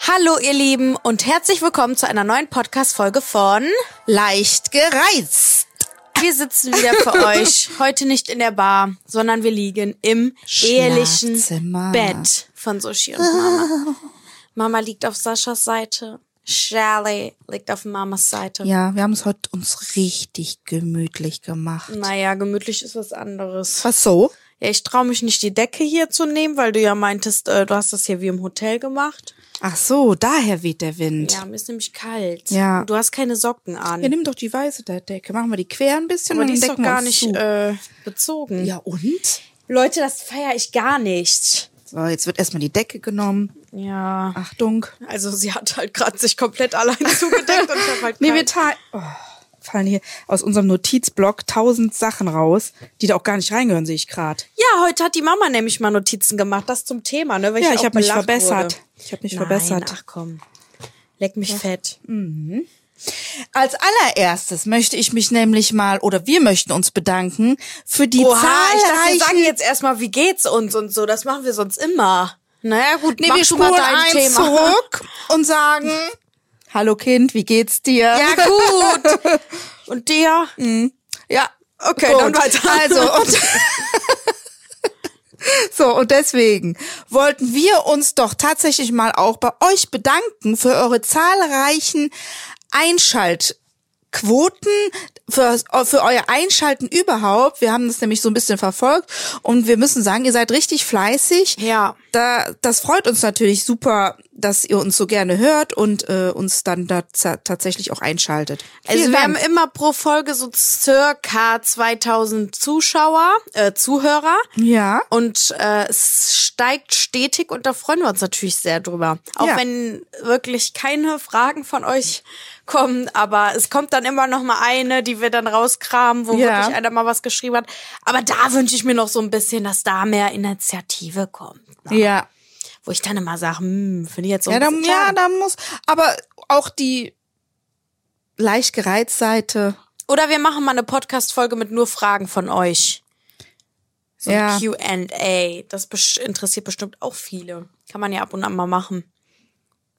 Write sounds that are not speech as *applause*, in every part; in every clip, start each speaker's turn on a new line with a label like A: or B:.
A: Hallo ihr Lieben und herzlich willkommen zu einer neuen Podcast-Folge von
B: Leicht gereizt.
A: Wir sitzen wieder
B: *laughs*
A: für euch, heute nicht in der Bar, sondern wir liegen im ehelichen
B: Schlafzimmer.
A: Bett von Sushi und Mama. Mama liegt auf Saschas Seite, Shirley liegt auf Mamas Seite.
B: Ja, wir haben es heute uns richtig gemütlich gemacht.
A: Naja, gemütlich ist was anderes.
B: Was so?
A: Ja, ich traue mich nicht, die Decke hier zu nehmen, weil du ja meintest, äh, du hast das hier wie im Hotel gemacht.
B: Ach so, daher weht der Wind.
A: Ja, mir ist nämlich kalt.
B: Ja.
A: Du hast keine Socken an.
B: Wir nehmen doch die weiße der Decke. Machen wir die quer ein bisschen
A: aber
B: und
A: die ist
B: dann
A: doch
B: decken wir
A: gar
B: uns
A: nicht
B: zu.
A: äh, bezogen.
B: ja und?
A: Leute, das feiere ich gar nicht.
B: So, jetzt wird erstmal die Decke genommen.
A: Ja.
B: Achtung.
A: Also sie hat halt gerade sich komplett allein *laughs* zugedeckt und ich hab halt
B: Nee, wir
A: kein-
B: teilen. Oh, fallen hier aus unserem Notizblock tausend Sachen raus, die da auch gar nicht reingehören, sehe ich gerade.
A: Ja, heute hat die Mama nämlich mal Notizen gemacht, das zum Thema, ne? Weil
B: Ja,
A: auch
B: ich habe mich
A: belacht
B: verbessert.
A: Wurde.
B: Ich habe mich
A: Nein,
B: verbessert.
A: Ach komm. Leck mich fett.
B: Als allererstes möchte ich mich nämlich mal oder wir möchten uns bedanken für die
A: Oha, ich dachte, wir sagen
B: zahlreichen
A: jetzt erstmal, wie geht's uns und so. Das machen wir sonst immer. Naja, gut,
B: Nee,
A: mach
B: wir
A: du mal
B: spulen
A: dein
B: eins
A: Thema.
B: zurück und sagen Hallo Kind, wie geht's dir?
A: Ja, gut. Und dir?
B: ja. Okay,
A: Gut.
B: dann weiter. *laughs* Also und So, und deswegen wollten wir uns doch tatsächlich mal auch bei euch bedanken für eure zahlreichen Einschaltquoten, für, für euer Einschalten überhaupt. Wir haben das nämlich so ein bisschen verfolgt und wir müssen sagen, ihr seid richtig fleißig.
A: Ja.
B: Da, das freut uns natürlich super, dass ihr uns so gerne hört und äh, uns dann da za- tatsächlich auch einschaltet.
A: Also
B: Vielen
A: wir
B: Dank.
A: haben immer pro Folge so circa 2000 Zuschauer, äh, Zuhörer.
B: ja.
A: Und äh, es steigt stetig und da freuen wir uns natürlich sehr drüber. Auch
B: Ja.
A: wenn wirklich keine Fragen von euch kommen, aber es kommt dann immer noch mal eine, die wir dann rauskramen, wo
B: Ja.
A: wirklich einer mal was geschrieben hat. Aber da wünsche ich mir noch so ein bisschen, dass da mehr Initiative kommt. Ne?
B: Ja.
A: Wo ich dann immer sage, hm, finde ich jetzt so
B: Ja,
A: ein
B: da,
A: bisschen
B: ja,
A: schade.
B: da muss, aber auch die leicht gereizt Seite.
A: Oder wir machen mal eine Podcast-Folge mit nur Fragen von euch. So
B: Ja.
A: ein Q&A. Das besch- interessiert bestimmt auch viele. Kann man ja ab und an mal machen.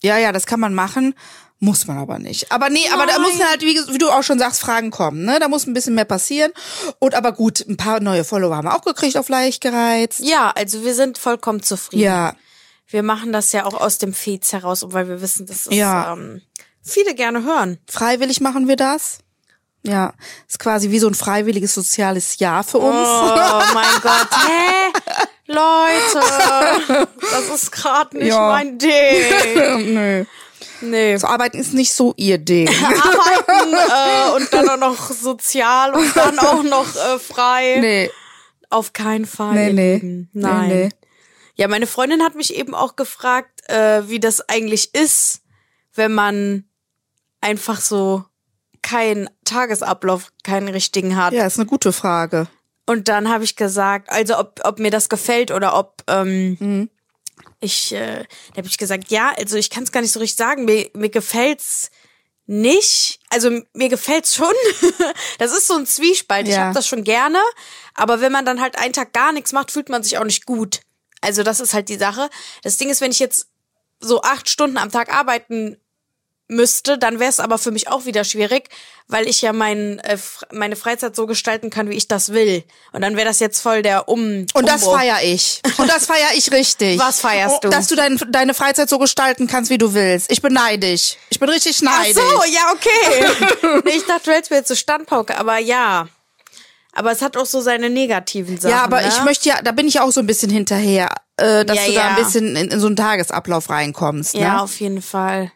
B: Ja, ja, das kann man machen, muss man aber nicht. Aber nee, aber da
A: Nein.
B: muss halt, wie, ges- wie du auch schon sagst, Fragen kommen, ne? Da muss ein bisschen mehr passieren. Und aber gut, ein paar neue Follower haben wir auch gekriegt auf leicht gereizt.
A: Ja, also wir sind vollkommen zufrieden.
B: Ja,
A: Wir machen das ja auch aus dem Fez heraus, weil wir wissen, dass es
B: Ja.
A: ähm, viele gerne
B: *laughs*
A: hören.
B: freiwillig machen wir das. Ja, ist quasi wie so ein freiwilliges soziales Jahr für
A: Oh
B: uns.
A: mein Gott. Hä?
B: *laughs*
A: Leute, das ist gerade nicht
B: Ja.
A: mein Ding.
B: *laughs* Nö.
A: *laughs* Nee.
B: So arbeiten ist nicht so
A: *laughs*
B: ihr Ding.
A: Arbeiten äh, und dann auch noch sozial und dann auch noch äh, frei.
B: nee.
A: Auf keinen Fall.
B: Nee,
A: ihr
B: nee.
A: Lieben. Nein.
B: Nee, nee.
A: Ja, meine Freundin hat mich eben auch gefragt, äh, wie das eigentlich ist, wenn man einfach so keinen Tagesablauf, keinen richtigen hat.
B: Ja, ist eine gute Frage.
A: Und dann habe ich gesagt, also ob, ob mir das gefällt oder ob ähm, ich, äh, da habe ich gesagt, ja, also ich kann es gar nicht so richtig sagen, mir, mir gefällt's nicht, also mir gefällt's schon. *laughs* das ist so ein Zwiespalt. Ich
B: Ja.
A: habe das schon gerne, aber wenn man dann halt einen Tag gar nichts macht, fühlt man sich auch nicht gut. Also das ist halt die Sache. Das Ding ist, wenn ich jetzt so acht Stunden am Tag arbeiten müsste, dann wäre es aber für mich auch wieder schwierig, weil ich ja mein, äh, fr- meine Freizeit so gestalten kann, wie ich das will. Und dann wäre das jetzt voll der Um.
B: Und das
A: Umbruch.
B: feiere ich. Und das feiere ich richtig.
A: Was feierst du?
B: Dass du dein, deine Freizeit so gestalten kannst, wie du willst. Ich beneide dich. Ich bin richtig
A: Ach
B: neidisch.
A: so, ja, okay. *laughs* nee, ich dachte, du hältst mir jetzt so Standpauke, aber ja. Aber es hat auch so seine negativen Sachen.
B: Ja, aber
A: ne?
B: ich möchte ja, da bin ich auch so ein bisschen hinterher, äh, dass
A: Ja,
B: du da
A: ja.
B: ein bisschen in, in so einen Tagesablauf reinkommst.
A: Ja,
B: Ja. Ne?
A: auf jeden Fall.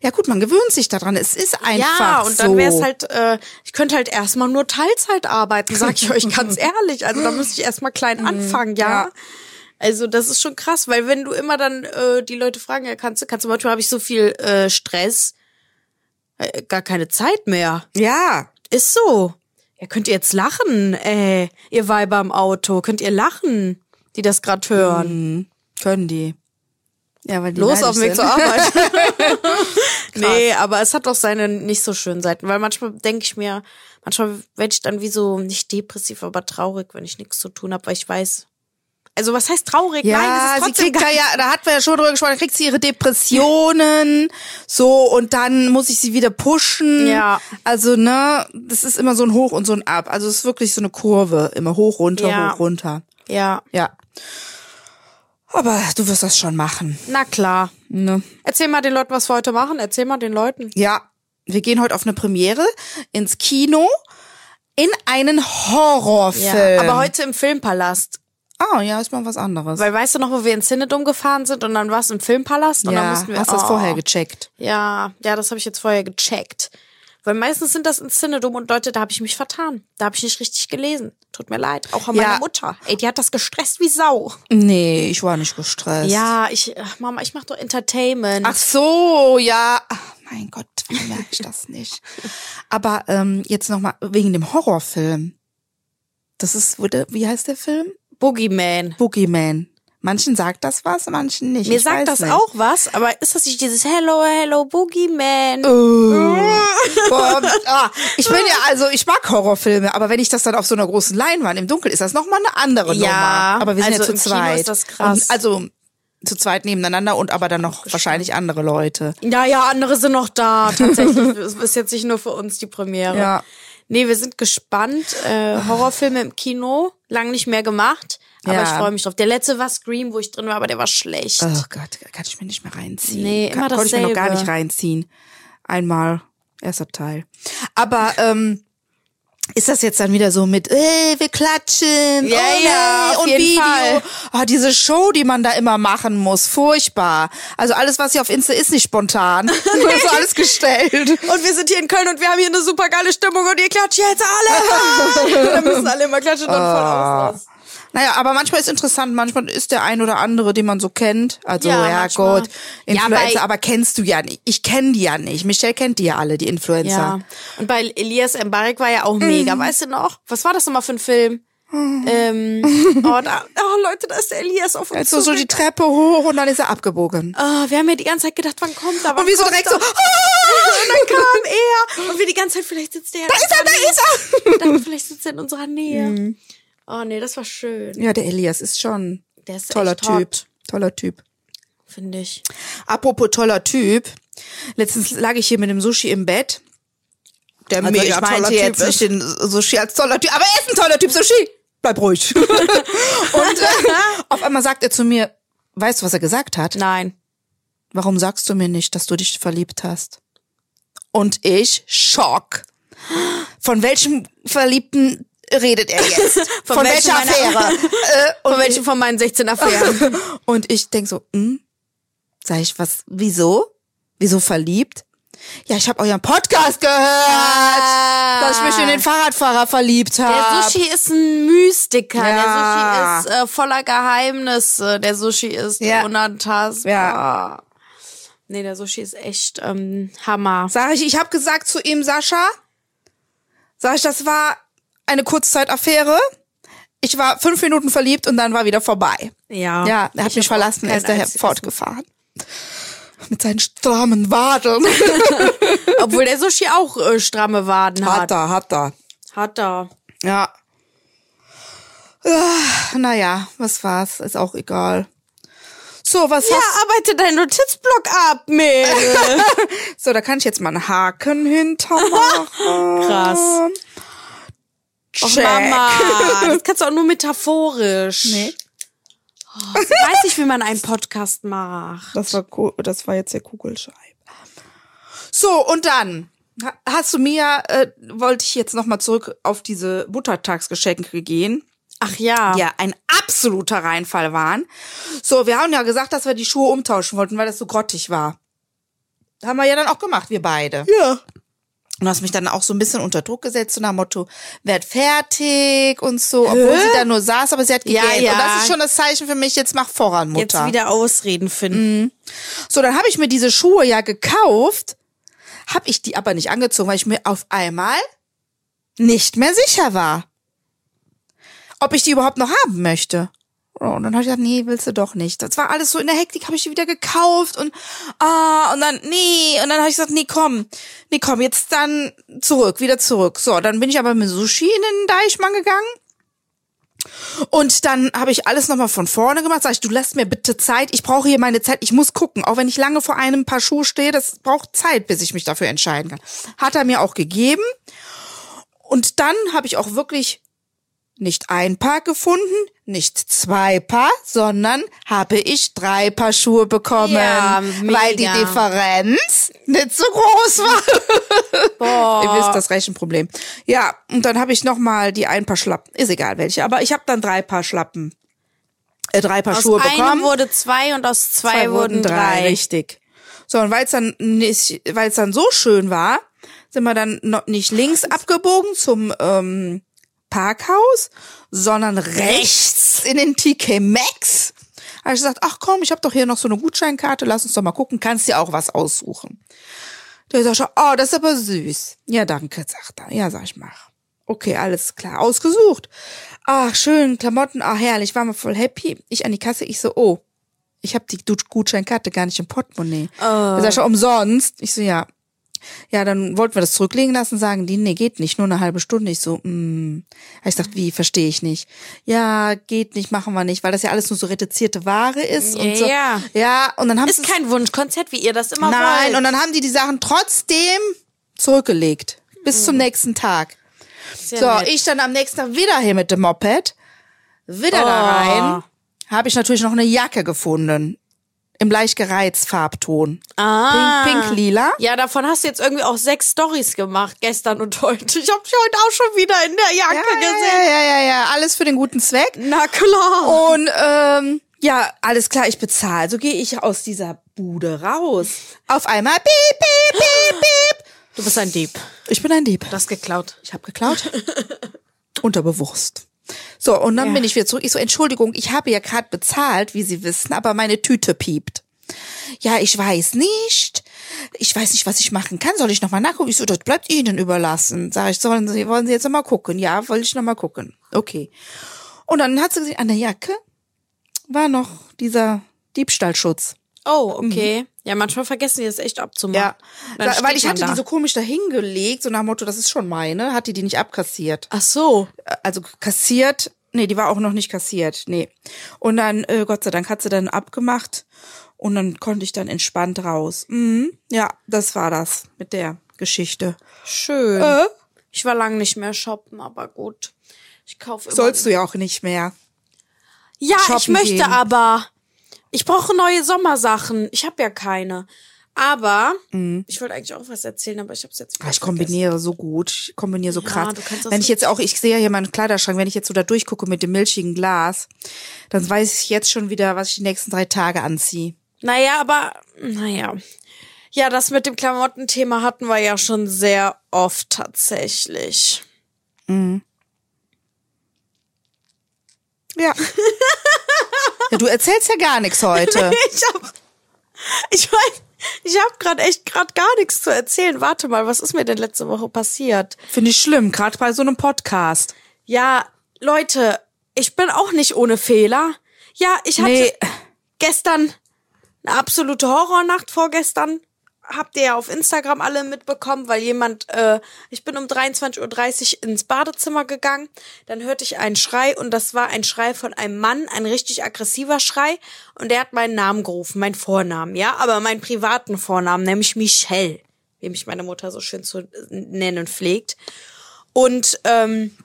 B: ja gut, man gewöhnt sich daran. Es ist einfach
A: ja, und dann
B: so.
A: wäre es halt, äh, ich könnte halt erstmal nur Teilzeit arbeiten, sag ich euch
B: *laughs*
A: ganz ehrlich. Also da müsste ich erstmal klein anfangen, ja.
B: Mhm, ja.
A: Also das ist schon krass, weil wenn du immer dann äh, die Leute fragen, ja, kannst du, kannst du, manchmal habe ich so viel äh, Stress, äh, gar keine Zeit mehr.
B: ja.
A: Ist so. Ja, könnt ihr jetzt lachen, ey, ihr Weiber im Auto, könnt ihr lachen, die das gerade hören.
B: Können die. Ja, weil die
A: Los auf dem Weg zur
B: neidisch sind.
A: Arbeit.
B: *laughs*
A: *laughs* nee, aber es hat auch seine nicht so schönen Seiten, weil manchmal denke ich mir, manchmal werde ich dann wie so, nicht depressiv, aber traurig, wenn ich nichts zu tun habe, weil ich weiß, Also was heißt traurig?
B: Ja,
A: Nein, das ist
B: sie
A: trotzdem
B: kriegt
A: gar
B: da ja, da hatten wir ja schon drüber gesprochen, da kriegt sie ihre Depressionen, so, und dann muss ich sie wieder pushen.
A: Ja.
B: Also, ne, das ist immer so ein Hoch und so ein Ab. Also, es ist wirklich so eine Kurve. Immer hoch, runter,
A: Ja.
B: hoch, runter.
A: Ja,
B: Ja. Aber du wirst das schon machen,
A: na klar.
B: ne?
A: Erzähl mal den Leuten, was wir heute machen. Erzähl mal den Leuten.
B: Ja. Wir gehen heute auf eine Premiere ins Kino in einen Horrorfilm.
A: Aber heute im Filmpalast.
B: Ah, ja, ist mal was anderes.
A: Weil weißt du noch, wo wir in Zinnedum gefahren sind und dann war es im Filmpalast und dann
B: ja,
A: mussten wir.
B: hast das
A: oh.
B: vorher gecheckt.
A: Ja, ja, das habe ich jetzt vorher gecheckt. Weil meistens sind das in Zinnedum und Leute, da habe ich mich vertan. Da habe ich nicht richtig gelesen. Tut mir leid. Auch an
B: Ja.
A: meiner Mutter. Ey, die hat das gestresst wie Sau.
B: Nee, ich war nicht gestresst.
A: Ja, ich, ach, Mama, ich mache doch Entertainment.
B: Ach so, ja. Ach, mein Gott, warum merke ich
A: *laughs*
B: das nicht? Aber ähm, jetzt nochmal wegen dem Horrorfilm. Das ist, wo der- wie heißt der Film?
A: Boogeyman.
B: Boogeyman. Manchen sagt das was, manchen nicht.
A: Mir
B: ich weiß
A: sagt das
B: nicht.
A: auch was, aber ist das nicht dieses Hello, Hello, Boogeyman?
B: Boah, ah, ich bin
A: *laughs*
B: ja, also ich mag Horrorfilme, aber wenn ich das dann auf so einer großen Leinwand im Dunkeln ist, das nochmal eine andere
A: Ja,
B: Nummer. Aber wir sind
A: also
B: ja
A: im
B: zu
A: Kino
B: zweit.
A: ist das krass.
B: Und, also zu zweit nebeneinander und aber dann noch wahrscheinlich andere Leute.
A: Ja, ja, andere sind noch da. *laughs* Tatsächlich es ist jetzt nicht nur für uns die Premiere.
B: Ja.
A: Nee, wir sind gespannt. Äh, Horrorfilme im Kino, lang nicht mehr gemacht. Aber
B: Ja.
A: ich freue mich drauf. Der letzte war Scream, wo ich drin war, aber der war schlecht.
B: Oh Gott, kann ich mir nicht mehr reinziehen.
A: Nee,
B: kann,
A: immer
B: Konnte ich mir noch gar
A: dasselbe.
B: nicht reinziehen. Einmal, erster Teil. Aber ähm, ist das jetzt dann wieder so mit, ey, wir klatschen,
A: Ja,
B: oh,
A: ja,
B: nee,
A: auf
B: und
A: jeden
B: Video.
A: Fall.
B: Oh, diese Show, die man da immer machen muss, furchtbar. Also alles, was hier auf Insta ist, nicht
A: *laughs*
B: spontan. Das ist alles gestellt.
A: Und wir sind hier in Köln und wir haben hier eine super geile Stimmung und ihr klatscht jetzt alle. *laughs* und dann müssen alle immer klatschen und dann voll aus.
B: Naja, aber manchmal ist interessant, manchmal ist der ein oder andere, den man so kennt. Also,
A: Ja,
B: ja,
A: manchmal.
B: Gott,
A: Ja,
B: Influencer,
A: bei-
B: aber kennst du ja nicht. Ich kenne die ja nicht. Michelle kennt die ja alle, die Influencer.
A: Ja. Und bei Elias Mbarek war ja auch mega, weißt du noch? Was war das nochmal für ein Film? *laughs* ähm, oh, da, oh Leute, da ist der Elias auf uns
B: Also so Oh die
A: zugegangen.
B: Treppe hoch und dann ist er abgebogen.
A: Ah, wir haben ja die ganze Zeit gedacht, wann kommt er? Wann
B: *laughs* Und wir so
A: kommt
B: direkt
A: er?
B: so,
A: Und dann kam er. Und wir die ganze Zeit, vielleicht sitzt der. Da ist er, da ist er. Dann, vielleicht sitzt er in unserer Nähe. Oh nee, das war schön.
B: ja, der Elias ist schon
A: Der ist
B: toller
A: echt
B: Typ.
A: hot,
B: Toller Typ.
A: Finde ich.
B: Apropos toller Typ. Letztens lag ich hier mit dem Sushi im Bett. Der
A: Also ich
B: mega
A: meinte
B: toller Typ
A: jetzt
B: ist. nicht den Sushi als toller Typ, aber er ist ein toller Typ, Sushi. Bleib ruhig. und äh, auf einmal sagt er zu mir, weißt du, was er gesagt
A: *laughs*
B: hat?
A: Nein.
B: warum sagst du mir nicht, dass du dich verliebt hast? Und ich, Schock. Von welchem Verliebten redet er jetzt?
A: *laughs*
B: Von, welcher
A: welchem meiner- *laughs*
B: Affäre? äh, und,
A: Von welchen von meinen 16 Affären?
B: und ich denk so, hm, sag ich was, wieso? Wieso verliebt? Ja, ich habe euren Podcast gehört, dass ich mich in den Fahrradfahrer verliebt
A: Ah. Der
B: habe.
A: Sushi ist ein Mystiker.
B: Ja.
A: Der Sushi ist äh, voller Geheimnisse. Der Sushi ist
B: Ja.
A: unantastbar.
B: Ja.
A: Nee, der Sushi ist echt ähm, Hammer.
B: Sag ich, ich habe gesagt zu ihm, Sascha, sag ich, das war eine Kurzzeitaffäre. Ich war fünf Minuten verliebt und dann war wieder vorbei.
A: Ja.
B: Ja, er hat
A: Ich
B: mich
A: hab auch
B: verlassen, er
A: kein
B: ist daher
A: einziges-
B: fortgefahren. Mit seinen strammen Wadeln.
A: Obwohl der Sushi auch äh, stramme Waden hat.
B: er, hat er.
A: Hat er.
B: Ja. Ah, Naja, was war's? Ist auch egal. So, was
A: Ja,
B: hast
A: arbeite deinen Notizblock ab, Mädel.
B: So, da kann ich jetzt mal einen
A: *laughs*
B: Haken hintermachen.
A: *laughs* Krass. Och,
B: Check.
A: Oh, Mama, das kannst du auch nur metaphorisch. Ich weiß nicht, wie man einen Podcast macht.
B: Das war, Ku- das war jetzt der Kugelschreiber. So, und dann ha- hast du mir, äh, wollte ich jetzt nochmal zurück auf diese Muttertagsgeschenke gehen,
A: Ach ja.
B: die ja ein absoluter Reinfall waren. So, wir haben ja gesagt, dass wir die Schuhe umtauschen wollten, weil das so grottig war. Haben wir ja dann auch gemacht, wir beide.
A: Ja.
B: Und hast mich dann auch so ein bisschen unter Druck gesetzt, so nach dem Motto, werd fertig und so, obwohl sie da nur saß, aber sie hat
A: Ja,
B: gegähnt.
A: ja.
B: Und das ist schon das Zeichen für mich, jetzt mach voran, Mutter.
A: Jetzt wieder Ausreden finden.
B: So, dann habe ich mir diese Schuhe ja gekauft, habe ich die aber nicht angezogen, weil ich mir auf einmal nicht mehr sicher war, ob ich die überhaupt noch haben möchte. Oh, Und dann habe ich gedacht, nee, willst du doch nicht. Das war alles so in der Hektik, habe ich die wieder gekauft und ah und dann nee und dann habe ich gesagt, nee, komm. Nee, komm, jetzt dann zurück, wieder zurück. So, dann bin ich aber mit Sushi in den Deichmann gegangen Und dann habe ich alles nochmal von vorne gemacht. Sag ich, du lässt mir bitte Zeit. Ich brauche hier meine Zeit. Ich muss gucken. Auch wenn ich lange vor einem Paar Schuhe stehe, das braucht Zeit, bis ich mich dafür entscheiden kann. Hat er mir auch gegeben. Und dann habe ich auch wirklich nicht ein Paar gefunden, nicht zwei Paar, sondern habe ich drei Paar Schuhe bekommen,
A: Ja, mega.
B: weil die Differenz nicht so groß war.
A: Boah.
B: Ihr wisst das Rechenproblem. Ja, und dann habe ich noch mal die ein Paar Schlappen, ist egal welche, aber ich habe dann drei Paar Schlappen, äh, drei Paar
A: Aus
B: Schuhe
A: einem
B: bekommen.
A: wurde zwei und aus zwei, wurden drei.
B: richtig. So und weil es dann nicht, weil es dann so schön war, sind wir dann noch nicht links abgebogen zum ähm, Parkhaus, sondern rechts in den TK Maxx. Habe ich gesagt, ach komm, ich habe doch hier noch so eine Gutscheinkarte, lass uns doch mal gucken, kannst dir auch was aussuchen. Der sagt schon, oh, das ist aber süß. Ja, danke, sagt er. Ja, sag ich, mach. Okay, alles klar, ausgesucht. Ach, schön, Klamotten, ach, herrlich, war mal voll happy. Ich an die Kasse, ich so, oh, ich habe die Du- Gutscheinkarte gar nicht im Portemonnaie.
A: Oh.
B: Der sagt schon, umsonst. Ich so, ja. Ja, dann wollten wir das zurücklegen lassen, sagen die, nee, geht nicht, nur eine halbe Stunde. Ich so, hm. Ich dachte, wie, verstehe ich nicht. Ja, geht nicht, machen wir nicht, weil das ja alles nur so reduzierte Ware ist und so.
A: Ja.
B: Ja, und dann haben sie
A: Ist kein Wunschkonzert, wie ihr das immer
B: Nein,
A: wollt.
B: und dann haben die die Sachen trotzdem zurückgelegt. Bis zum nächsten Tag.
A: Sehr
B: So,
A: nett.
B: ich dann am nächsten Tag wieder hier mit dem Moped. Wieder da
A: Oh.
B: rein. Habe ich natürlich noch eine Jacke gefunden. Im leicht gereizten Farbton.
A: Ah.
B: Pink, pink lila.
A: Ja, davon hast du jetzt irgendwie auch sechs Stories gemacht, gestern und heute. Ich hab dich heute auch schon wieder in der Jacke gesehen. Oh.
B: ja, ja, ja, ja. Mhm. Alles für den guten Zweck.
A: Na klar.
B: Und ähm, ja, alles klar, ich bezahle. So gehe ich aus dieser Bude raus. Auf einmal piep, piep, piep, piep.
A: Du bist ein Dieb.
B: Ich bin ein Dieb.
A: Du hast geklaut.
B: Ich habe geklaut. Unterbewusst. So, und dann
A: Ja.
B: bin ich wieder zurück. Ich so, Entschuldigung, ich habe ja gerade bezahlt, wie Sie wissen, aber meine Tüte piept. Ja, ich weiß nicht. Ich weiß nicht, was ich machen kann. Soll ich nochmal nachgucken? Ich so, das bleibt Ihnen überlassen. Sag ich, sollen Sie, wollen Sie jetzt nochmal gucken? Ja, wollte ich nochmal gucken. Okay. Und dann hat sie gesehen, an der Jacke war noch dieser Diebstahlschutz.
A: Oh, okay. Ja, manchmal vergessen die das echt abzumachen. Dann
B: Sa-
A: steht
B: Weil ich
A: man
B: hatte
A: da.
B: die so komisch dahingelegt, so nach dem Motto, das ist schon meine, hat die die nicht abkassiert.
A: Ach so.
B: also kassiert. Nee, die war auch noch nicht kassiert. Nee. Und dann, äh, Gott sei Dank, hat sie dann abgemacht und dann konnte ich dann entspannt raus. Mhm. Ja, das war das mit der Geschichte.
A: Schön.
B: Äh?
A: Ich war lange nicht mehr shoppen, aber gut. Ich kaufe immer.
B: Sollst du ja auch nicht mehr.
A: ja, ich
B: shoppen
A: möchte
B: gehen?
A: aber. Ich brauche neue Sommersachen. Ich habe ja keine. Aber ich wollte eigentlich auch was erzählen, aber ich habe es jetzt.
B: Mhm. Ah, Ich
A: vergessen.
B: kombiniere so gut, ich kombiniere so krass.
A: du kannst das
B: Wenn ich
A: so-
B: jetzt auch, ich sehe ja hier meinen Kleiderschrank, wenn ich jetzt so da durchgucke mit dem milchigen Glas, dann weiß ich jetzt schon wieder, was ich die nächsten drei Tage anziehe.
A: Naja, aber, naja. Ja, das mit dem Klamottenthema hatten wir ja schon sehr oft tatsächlich. *laughs*
B: Ja. *laughs* ja. Du erzählst ja gar
A: *laughs*
B: nichts heute.
A: Ich hab, ich mein, ich hab gerade echt gerade gar nichts zu erzählen. Warte mal, was ist mir denn letzte Woche passiert?
B: Finde ich schlimm, gerade bei so einem Podcast.
A: Ja, Leute, ich bin auch nicht ohne Fehler. Ja, ich hatte
B: Nee.
A: gestern eine absolute Horrornacht vorgestern. Habt ihr ja auf Instagram alle mitbekommen, weil jemand, äh, ich bin um 23.30 Uhr ins Badezimmer gegangen, dann hörte ich einen Schrei und das war ein Schrei von einem Mann, ein richtig aggressiver Schrei und der hat meinen Namen gerufen, meinen Vornamen, ja, aber meinen privaten Vornamen, nämlich Michelle, wie mich meine Mutter so schön zu nennen pflegt. Und ähm,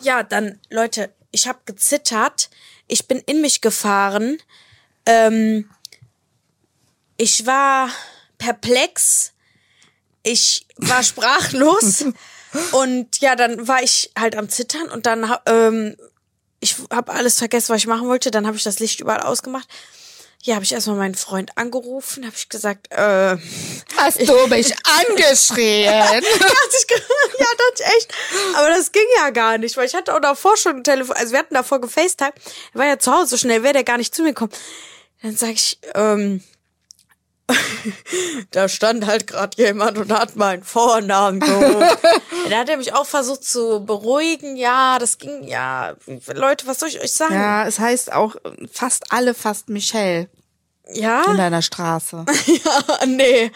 A: ja, dann, Leute, ich habe gezittert, ich bin in mich gefahren, ähm, ich war perplex, ich war sprachlos und ja, dann war ich halt am Zittern und dann, ha- ähm, ich habe alles vergessen, was ich machen wollte, dann habe ich das Licht überall ausgemacht. Ja, habe ich erstmal meinen Freund angerufen, habe ich gesagt, äh,
B: Hast du mich angeschrien?
A: dachte ich, ge- *laughs* ja, dachte ich echt. Aber das ging ja gar nicht, weil ich hatte auch davor schon ein Telefon, also wir hatten davor gefacetimed, er war ja zu Hause, so schnell wäre der gar nicht zu mir gekommen. Dann sag ich, ähm, *laughs* da stand halt gerade jemand und hat meinen Vornamen gerufen. Dann hat er mich auch versucht zu beruhigen. Ja, das ging, ja, Leute, was soll ich euch sagen?
B: Ja, es heißt auch äh, fast alle fast Michelle
A: ja?
B: in deiner Straße.
A: Ja, *laughs* nee.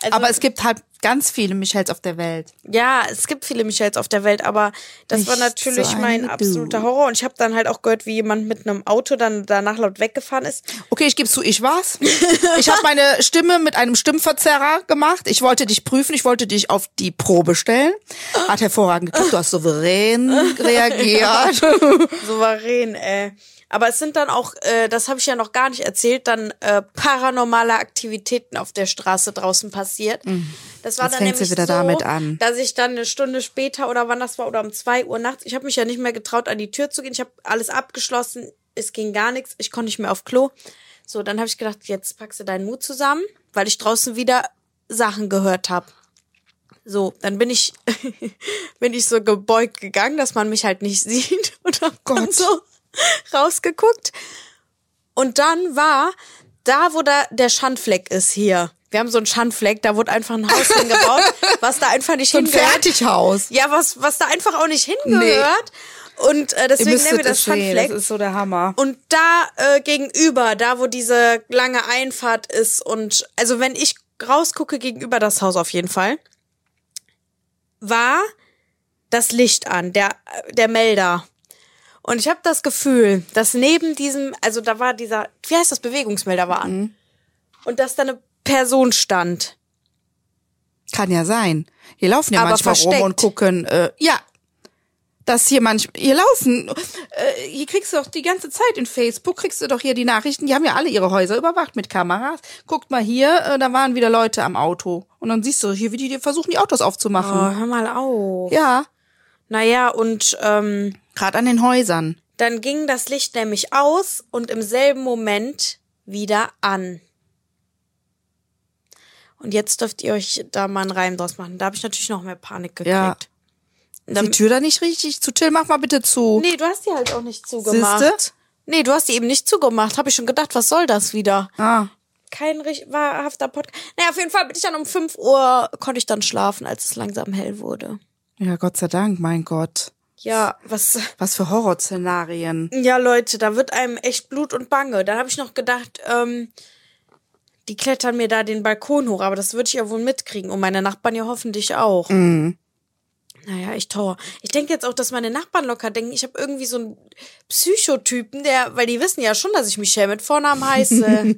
A: Also,
B: Aber es gibt halt ganz viele Michels auf der Welt.
A: ja, es gibt viele Michels auf der Welt, aber das war
B: Nicht
A: natürlich
B: so eine wie
A: mein
B: du.
A: absoluter Horror. Und ich habe dann halt auch gehört, wie jemand mit einem Auto dann danach laut weggefahren ist.
B: Okay, ich gebe zu, ich war's. Ich habe meine Stimme mit einem Stimmverzerrer gemacht. Ich wollte dich prüfen, ich wollte dich auf die Probe stellen. Hat hervorragend geklappt, du hast souverän reagiert.
A: Souverän, ey. Aber es sind dann auch, äh, das habe ich ja noch gar nicht erzählt, dann äh, paranormale Aktivitäten auf der Straße draußen passiert. Das war
B: Mhm. Jetzt
A: dann
B: fängt sie
A: nämlich
B: wieder
A: so,
B: damit an.
A: dass ich dann eine Stunde später oder wann das war oder um zwei Uhr nachts, ich habe mich ja nicht mehr getraut, an die Tür zu gehen. Ich habe alles abgeschlossen, es ging gar nichts, ich konnte nicht mehr auf Klo. So, dann habe ich gedacht, jetzt packst du deinen Mut zusammen, weil ich draußen wieder Sachen gehört habe. So, dann bin ich, *laughs* bin ich so gebeugt gegangen, dass man mich halt nicht *laughs* sieht und hab dann
B: Gott.
A: so rausgeguckt. Und dann war da, wo da der Schandfleck ist hier. Wir haben so einen Schandfleck, da wurde einfach ein
B: *laughs*
A: Haus hingebaut, was da einfach nicht
B: Ein
A: hingehört.
B: Fertighaus.
A: Ja, was, was da einfach auch nicht hingehört. Und äh, deswegen nennen wir das Schandfleck.
B: ist so der Hammer.
A: Und da äh, gegenüber, da wo diese lange Einfahrt ist und also wenn ich rausgucke gegenüber das Haus auf jeden Fall, war das Licht an, der der Melder. Und ich habe das Gefühl, dass neben diesem, also da war dieser, wie heißt das, Bewegungsmelder war an. Und dass da eine Person stand.
B: Kann ja sein. Hier laufen ja
A: Aber
B: manchmal rum
A: versteckt.
B: und gucken. Äh, ja, dass hier manch hier laufen. Äh, hier kriegst du doch die ganze Zeit in Facebook kriegst du doch hier die Nachrichten. Die haben ja alle ihre Häuser überwacht mit Kameras. Guckt mal hier, äh, da waren wieder Leute am Auto und dann siehst du hier, wie die die versuchen die Autos
A: Oh,
B: aufzumachen.
A: hör mal auf.
B: Ja,
A: Naja, und ähm,
B: gerade an den Häusern.
A: Dann ging das Licht nämlich aus und im selben Moment wieder an. Und jetzt dürft ihr euch da mal einen Reim draus machen. Da habe ich natürlich noch mehr Panik gekriegt.
B: Ja.
A: Und
B: Die
A: Dann,
B: Tür da nicht richtig zu. Till, mach mal bitte zu.
A: nee, du hast die halt auch nicht zugemacht.
B: Siehste?
A: Nee, du hast die eben nicht zugemacht. Habe ich schon gedacht, was soll das wieder?
B: Ah,
A: Kein richtig wahrhafter Podcast. Naja, auf jeden Fall bin ich dann um 5 Uhr, konnte ich dann schlafen, als es langsam hell wurde.
B: ja, Gott sei Dank, mein Gott.
A: Ja, was
B: Was für Horrorszenarien.
A: Ja, Leute, da wird einem echt Blut und Bange. Dann habe ich noch gedacht, ähm, die klettern mir da den Balkon hoch, aber das würde ich ja wohl mitkriegen. Und meine Nachbarn ja hoffentlich auch. Naja, ich tauer. Ich denke jetzt auch, dass meine Nachbarn locker denken, ich habe irgendwie so einen Psychotypen, der, weil die wissen ja schon, dass ich Michelle mit Vornamen *laughs* heiße.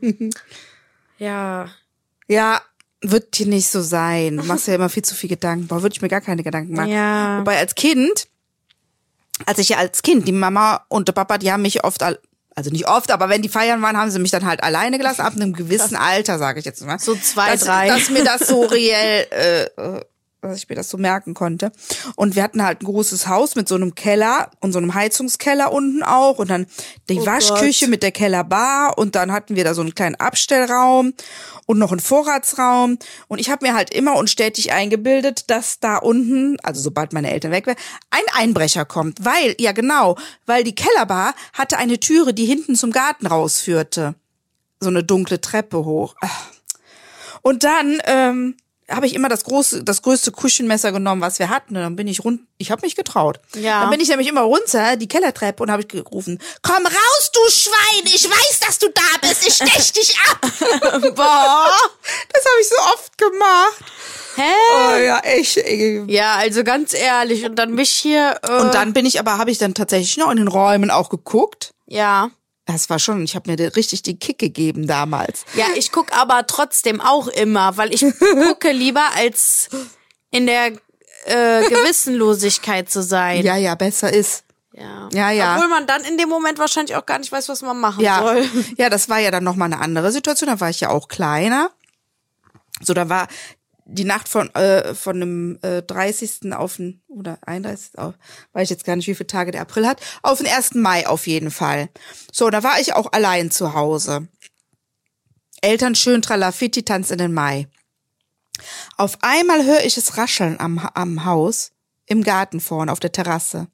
A: ja.
B: Ja, wird dir nicht so sein. Du machst ja immer viel zu viel Gedanken. Boah, würde ich mir gar keine Gedanken machen.
A: Ja.
B: Wobei als Kind, als ich ja als Kind, die Mama und der Papa, die haben mich oft, al- also nicht oft, aber wenn die feiern waren, haben sie mich dann halt alleine gelassen, ab einem gewissen Alter, sage ich jetzt mal.
A: So zwei,
B: dass,
A: drei.
B: Dass mir das so reell, äh, äh, dass ich mir das so merken konnte. Und wir hatten halt ein großes Haus mit so einem Keller und so einem Heizungskeller unten auch und dann die Waschküche mit der Kellerbar und dann hatten wir da so einen kleinen Abstellraum und noch einen Vorratsraum und ich habe mir halt immer und stetig eingebildet, dass da unten, also sobald meine Eltern weg wären, ein Einbrecher kommt, weil ja genau, weil die Kellerbar hatte eine Türe, die hinten zum Garten rausführte. So eine dunkle Treppe hoch. Und dann ähm, habe ich immer das große, das größte Küchenmesser genommen, was wir hatten. Und dann bin ich rund, ich habe mich getraut.
A: Ja.
B: Dann bin ich nämlich immer runter die Kellertreppe und habe ich gerufen: Komm raus, du Schwein! Ich weiß, dass du da bist. Ich *laughs* stech dich ab.
A: Boah.
B: Das habe ich so oft gemacht.
A: Hä?
B: Oh ja, echt. ey.
A: Ja, also ganz ehrlich. Und dann mich hier. Äh,
B: Und dann bin ich aber, habe ich dann tatsächlich noch in den Räumen auch geguckt.
A: ja.
B: Das war schon, ich habe mir da richtig den Kick gegeben damals.
A: Ja, ich guck aber trotzdem auch immer, weil ich
B: *laughs*
A: gucke lieber, als in der äh, Gewissenlosigkeit zu sein.
B: Ja, ja, besser ist.
A: Ja.
B: Ja, ja.
A: Obwohl man dann in dem Moment wahrscheinlich auch gar nicht weiß, was man machen
B: ja.
A: soll.
B: *laughs* Ja, das war ja dann nochmal eine andere Situation. Da war ich ja auch kleiner. So, da war die Nacht von, äh, von dem äh, 30. auf den, oder 31. auf, weiß ich jetzt gar nicht, wie viele Tage der April hat, auf den 1. Mai auf jeden Fall. So, da war ich auch allein zu Hause. Eltern schön Tralafitti, Tanz in den Mai. Auf einmal höre ich es rascheln am, am Haus, im Garten vorne, auf der Terrasse.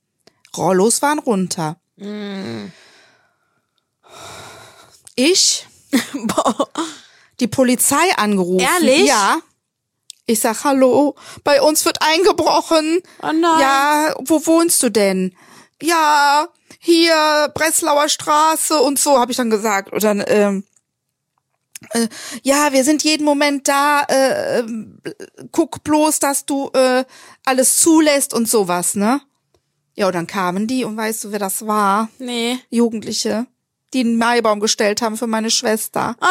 B: Rollos waren runter. Ich
A: Boah.
B: die Polizei angerufen.
A: Ehrlich?
B: Ja. Ich sag Hallo, bei uns wird eingebrochen.
A: Oh nein.
B: Ja, wo wohnst du denn? Ja, hier Breslauer Straße und so habe ich dann gesagt. Und dann ähm, äh, ja, wir sind jeden Moment da, äh, äh, guck bloß, dass du äh, alles zulässt und sowas, ne? Ja, und dann kamen die und weißt du, wer das war?
A: Nee.
B: Jugendliche, die einen Maibaum gestellt haben für meine Schwester.
A: Oh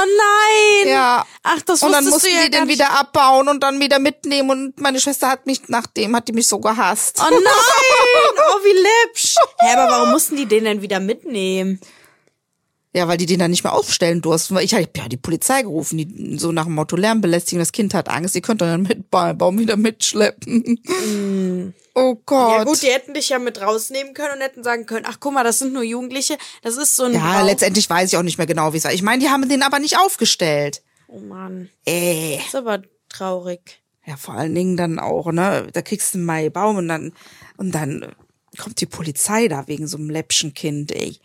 A: nein!
B: Ja.
A: Ach, das
B: Und dann
A: wusstest
B: mussten
A: du ja
B: die den
A: gar nicht.
B: wieder abbauen und dann wieder mitnehmen und meine Schwester hat mich, nachdem hat die mich so gehasst. *laughs*
A: Oh nein! Oh, wie läppsch! Hä, aber warum mussten die den denn wieder mitnehmen?
B: Ja, weil die den dann nicht mehr aufstellen durften, weil ich habe ja die Polizei gerufen, die so nach dem Motto Lärm belästigen, das Kind hat Angst, ihr könnt doch dann mit Baum wieder mitschleppen. Oh Gott.
A: Mm. Ja gut, die hätten dich ja mit rausnehmen können und hätten sagen können, ach guck mal, das sind nur Jugendliche. Das ist so ein
B: Ja,
A: Brauch.
B: letztendlich weiß ich auch nicht mehr genau, wie es war. Ich meine, die haben den aber nicht aufgestellt.
A: Oh Mann,
B: Äh.
A: ist aber traurig.
B: Ja, vor allen Dingen dann auch, ne? Da kriegst du einen Maibaum und dann, und dann kommt die Polizei da wegen so einem Läppchenkind, ey.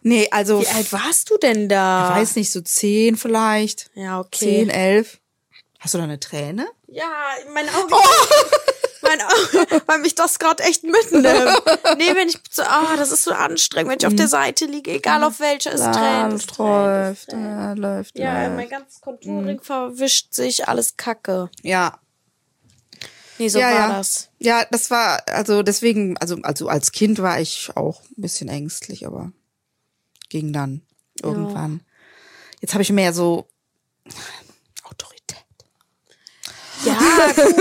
B: Nee, also,
A: Wie alt warst du denn da?
B: weiß nicht, so zehn vielleicht.
A: Ja, Ah. okay.
B: Zehn, elf. Hast du da eine Träne?
A: Ja, mein Auge.
B: Oh!
A: Mein Auge, weil mich das gerade echt mitnimmt. Nee, wenn ich so, ah, das ist so anstrengend, wenn ich auf
B: Mhm.
A: der Seite liege, egal auf welcher, es tränt. es
B: es
A: tränt, es
B: Ah, läuft, ja, läuft,
A: Ja, mein
B: läuft.
A: ganzes Contouring verwischt sich, alles Kacke.
B: Ja,
A: Nee, so
B: ja,
A: war
B: ja.
A: das.
B: Ja, das war, also deswegen, also, also als Kind war ich auch ein bisschen ängstlich, aber ging dann irgendwann. Jetzt habe ich mehr so Autorität.
A: Ja,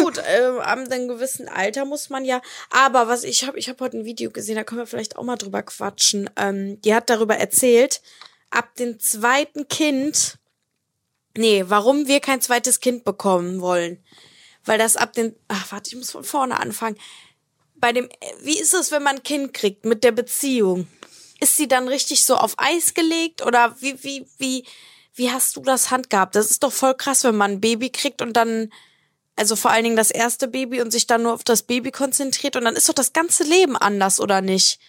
A: gut, ähm, ab einem gewissen Alter muss man ja. Aber was ich habe, ich habe heute ein Video gesehen, da können wir vielleicht auch mal drüber quatschen. Ähm, die hat darüber erzählt, ab dem zweiten Kind, nee, warum wir kein zweites Kind bekommen wollen. Weil das ab den, ach warte, ich muss von vorne anfangen. Bei dem, wie ist es, wenn man ein Kind kriegt mit der Beziehung? Ist sie dann richtig so auf Eis gelegt oder wie, wie, wie, wie hast du das handgehabt? Das ist doch voll krass, wenn man ein Baby kriegt und dann also vor allen Dingen das erste Baby und sich dann nur auf das Baby konzentriert und dann ist doch das ganze Leben anders, oder nicht?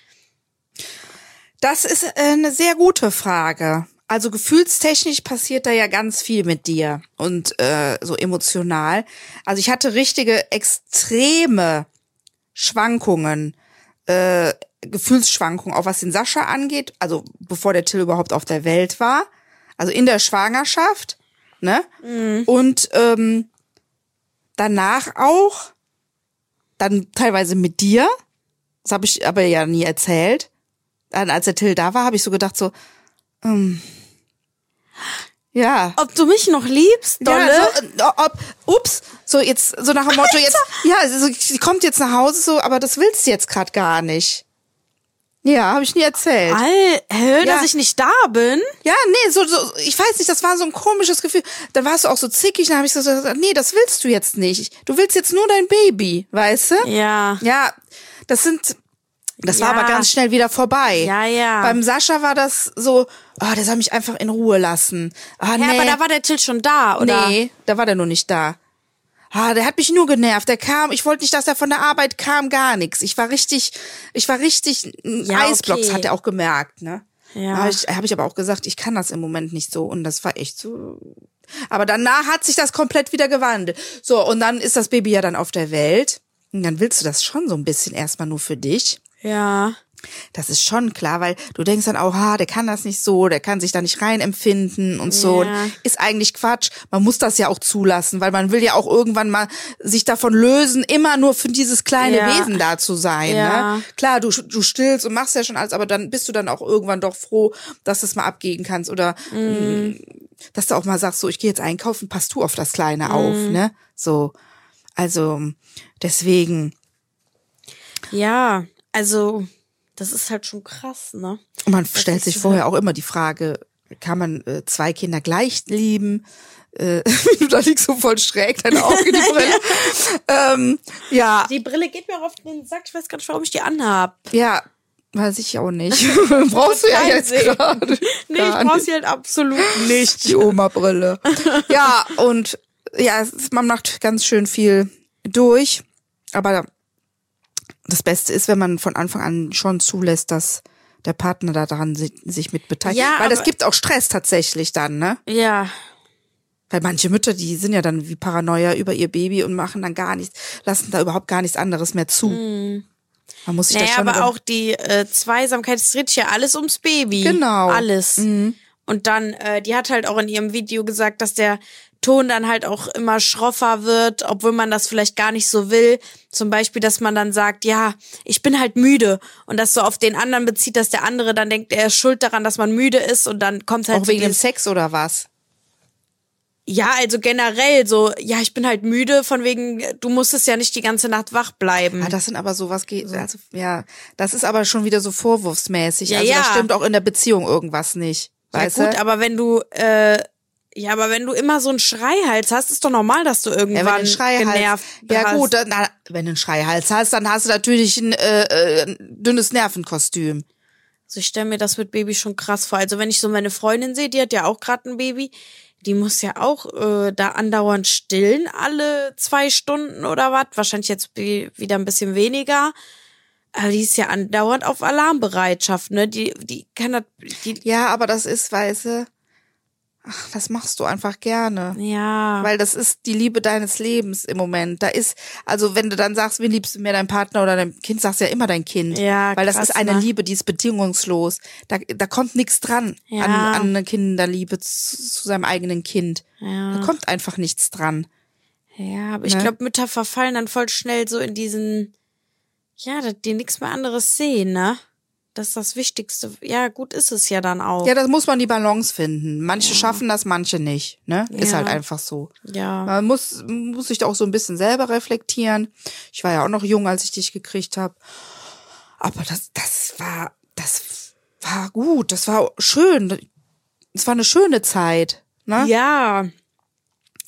B: Das ist äh, eine sehr gute Frage. Also gefühlstechnisch passiert da ja ganz viel mit dir und äh, so emotional. Also ich hatte richtige extreme Schwankungen, äh, Gefühlsschwankungen, auch was den Sascha angeht. Also bevor der Till überhaupt auf der Welt war, also in der Schwangerschaft, ne? Und ähm, danach auch, dann teilweise mit dir. Das habe ich aber ja nie erzählt dann als der Till da war, habe ich so gedacht so, ähm, ja.
A: Ob du mich noch liebst, Dolle?
B: Ja, so, äh, ob, ups, so jetzt, so nach dem Motto, jetzt, ja, also, sie kommt jetzt nach Hause, so, aber das willst du jetzt gerade gar nicht. Ja, habe ich nie erzählt.
A: All, hä,
B: Ja.
A: dass ich nicht da bin?
B: Ja, nee, so, so, ich weiß nicht, das war so ein komisches Gefühl. Dann warst du auch so zickig, dann habe ich so gesagt, nee, das willst du jetzt nicht. Du willst jetzt nur dein Baby, weißt du?
A: Ja.
B: Ja, das sind, das war
A: Ja.
B: aber ganz schnell wieder vorbei.
A: Ja, ja.
B: Beim Sascha war das so, oh, der soll mich einfach in Ruhe lassen. Ah,
A: Ja,
B: nee,
A: aber da war der Till schon da, oder?
B: nee, da war der nur nicht da. Ah, der hat mich nur genervt. Der kam, ich wollte nicht, dass er von der Arbeit kam, gar nichts. Ich war richtig, ich war richtig ein
A: Ja,
B: Eisblock, das
A: okay.
B: hat er auch gemerkt, ne?
A: Ja.
B: Da Habe ich, hab ich aber auch gesagt, ich kann das im Moment nicht so. Und das war echt so. Aber danach hat sich das komplett wieder gewandelt. So, und dann ist das Baby ja dann auf der Welt. Und dann willst du das schon so ein bisschen erstmal nur für dich.
A: Ja.
B: Das ist schon klar, weil du denkst dann auch, ha, der kann das nicht so, der kann sich da nicht reinempfinden und so.
A: Ja.
B: Ist eigentlich Quatsch. Man muss das ja auch zulassen, weil man will ja auch irgendwann mal sich davon lösen, immer nur für dieses kleine
A: Ja.
B: Wesen da zu sein.
A: Ja.
B: Ne? Klar, du, du stillst und machst ja schon alles, aber dann bist du dann auch irgendwann doch froh, dass du es mal abgeben kannst oder
A: Mhm.
B: mh, dass du auch mal sagst, so, ich gehe jetzt einkaufen, passt du auf das Kleine auf,
A: Mhm.
B: ne? So. Also, deswegen.
A: Ja. Also, das ist halt schon krass, ne?
B: Und man stellt sich
A: ist
B: vorher auch immer die Frage, kann man äh, zwei Kinder gleich lieben? Äh, *laughs* wie du da liegst so voll schräg, deine Augen in die Brille.
A: *laughs*
B: ähm, ja,
A: Die Brille geht mir auch auf den Sack, ich weiß gar nicht, warum ich die anhab.
B: ja, weiß ich auch nicht. *laughs* Brauchst du ja jetzt
A: Einsehen.
B: gerade.
A: Nee,
B: gar
A: ich brauch sie halt absolut nicht.
B: Die Oma-Brille. Ja, und ja, es ist- man macht ganz schön viel durch. Aber das Beste ist, wenn man von Anfang an schon zulässt, dass der Partner daran sich, sich mit beteiligt.
A: Ja,
B: Weil das
A: aber-
B: gibt auch Stress tatsächlich dann, ne?
A: Ja.
B: Weil manche Mütter, die sind ja dann wie Paranoia über ihr Baby und machen dann gar nichts, lassen da überhaupt gar nichts anderes mehr zu. Man muss sich da
A: Hm. Naja,
B: schon
A: aber
B: über-
A: auch die äh, Zweisamkeit, es dreht sich ja alles ums Baby.
B: Genau.
A: Alles. Und dann, äh, die hat halt auch in ihrem Video gesagt, dass der Ton dann halt auch immer schroffer wird, obwohl man das vielleicht gar nicht so will. Zum Beispiel, dass man dann sagt, ja, ich bin halt müde und das so auf den anderen bezieht, dass der andere dann denkt, er ist schuld daran, dass man müde ist und dann kommt halt
B: Auch
A: so
B: wegen dem
A: dieses,
B: Sex oder was?
A: ja, also generell so, ja, ich bin halt müde, von wegen, du musstest ja nicht die ganze Nacht wach bleiben.
B: Ah, das sind aber sowas geht. Also, ja, das ist aber schon wieder so vorwurfsmäßig.
A: Ja,
B: also da
A: ja.
B: stimmt auch in der Beziehung irgendwas nicht. Weißt
A: ja gut,
B: du?
A: aber wenn du äh, ja, aber wenn du immer so einen Schreihals hast, ist doch normal, dass du
B: Ja,
A: irgendwann
B: wenn du einen Schreihals,
A: genervt
B: ja
A: hast.
B: gut, dann, na, wenn du einen Schreihals hast, dann hast du natürlich ein äh, äh, ein dünnes Nervenkostüm.
A: Also ich stelle mir das mit Baby schon krass vor. Also wenn ich so meine Freundin sehe, die hat ja auch gerade ein Baby, die muss ja auch äh, da andauernd stillen alle zwei Stunden oder was. Wahrscheinlich jetzt bi- wieder ein bisschen weniger. Aber die ist ja andauernd auf Alarmbereitschaft, ne? Die, die kann das, die,
B: Ja, aber das ist, weißt du, ach, das machst du einfach gerne.
A: ja.
B: Weil das ist die Liebe deines Lebens im Moment. Da ist, also wenn du dann sagst, wen liebst du mehr, dein Partner oder dein Kind, sagst du ja immer dein Kind.
A: Ja,
B: Weil das
A: krass,
B: ist eine
A: ne?
B: Liebe, die ist bedingungslos. Da, da kommt nichts dran
A: Ja.
B: an, an eine Kinderliebe zu, zu seinem eigenen Kind.
A: Ja.
B: Da kommt einfach nichts dran.
A: Ja, aber ich
B: Ne?
A: glaub, glaube, Mütter verfallen dann voll schnell so in diesen, ja, dass die nichts mehr anderes sehen, ne? Das ist das Wichtigste. Ja, gut ist es ja dann auch.
B: Ja,
A: Ja.
B: das muss man die Balance finden. Manche schaffen das, manche nicht. Ne? Ist
A: Ja.
B: halt einfach so.
A: Ja,
B: Man muss, muss sich da auch so ein bisschen selber reflektieren. Ich war ja auch noch jung, als ich dich gekriegt habe. Aber das, das war, das war gut, das war schön. Es war eine schöne Zeit. Ne?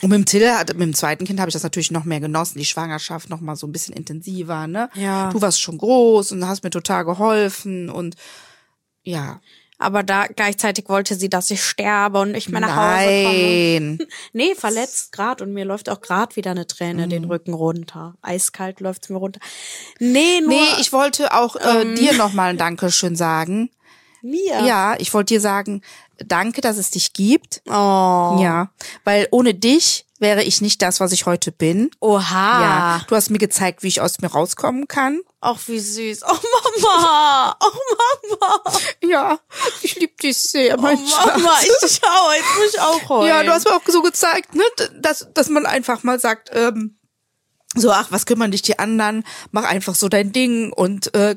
B: Und mit dem Till, hat- mit dem zweiten Kind habe ich das natürlich noch mehr genossen, die Schwangerschaft noch mal so ein bisschen intensiver. Ne?
A: Ja.
B: Du warst schon groß und hast mir total geholfen und ja.
A: aber da gleichzeitig wollte sie, dass ich sterbe und nicht mehr nach Hause komme.
B: Nein.
A: Nee, verletzt grad und mir läuft auch grad wieder eine Träne den
B: Mhm.
A: Rücken runter. Eiskalt läuft's mir runter. Nee, nur
B: *laughs* Nee, ich wollte auch äh,
A: Ähm.
B: dir noch mal ein Dankeschön sagen.
A: mir.
B: Ja, ich wollte dir sagen, danke, dass es dich gibt.
A: Oh.
B: Ja, weil ohne dich wäre ich nicht das, was ich heute bin.
A: Oha.
B: Ja, du hast mir gezeigt, wie ich aus mir rauskommen kann.
A: Ach, wie süß. Oh Mama. Oh Mama.
B: Ja, ich liebe dich sehr, mein
A: Oh Mama, ich schau, jetzt muss ich auch heulen.
B: Ja, du hast mir auch so gezeigt, ne, dass, dass man einfach mal sagt, ähm, so, ach, was kümmern dich die anderen? Mach einfach so dein Ding und äh,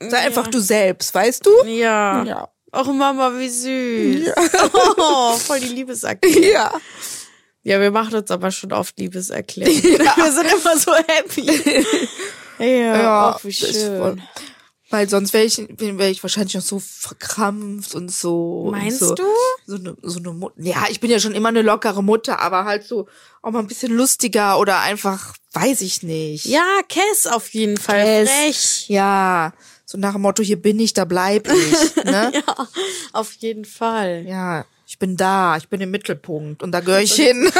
B: sei einfach du selbst, weißt du?
A: ja.
B: Ja.
A: Och Mama, wie süß. *laughs* Oh, voll die Liebeserklärung.
B: *laughs* Ja.
A: Ja, wir machen uns aber schon oft Liebeserklärungen. *laughs* Wir sind immer so
B: *laughs*
A: happy. ja,
B: Ja,
A: ach, wie
B: das ist voll-
A: schön.
B: Weil sonst wäre ich, wäre ich wahrscheinlich noch so verkrampft und so.
A: Meinst
B: und so,
A: du?
B: So eine, so eine Mut Ja, ich bin ja schon immer eine lockere Mutter, aber halt so auch mal ein bisschen lustiger oder einfach, weiß ich nicht.
A: Ja, Cass auf jeden Fall.
B: Cass.
A: Frech.
B: Ja. So nach dem Motto, hier bin ich, da bleib
A: *laughs*
B: ich. ne?
A: Ja, auf jeden Fall.
B: Ja. Ich bin da, ich bin im Mittelpunkt und da gehöre ich hin.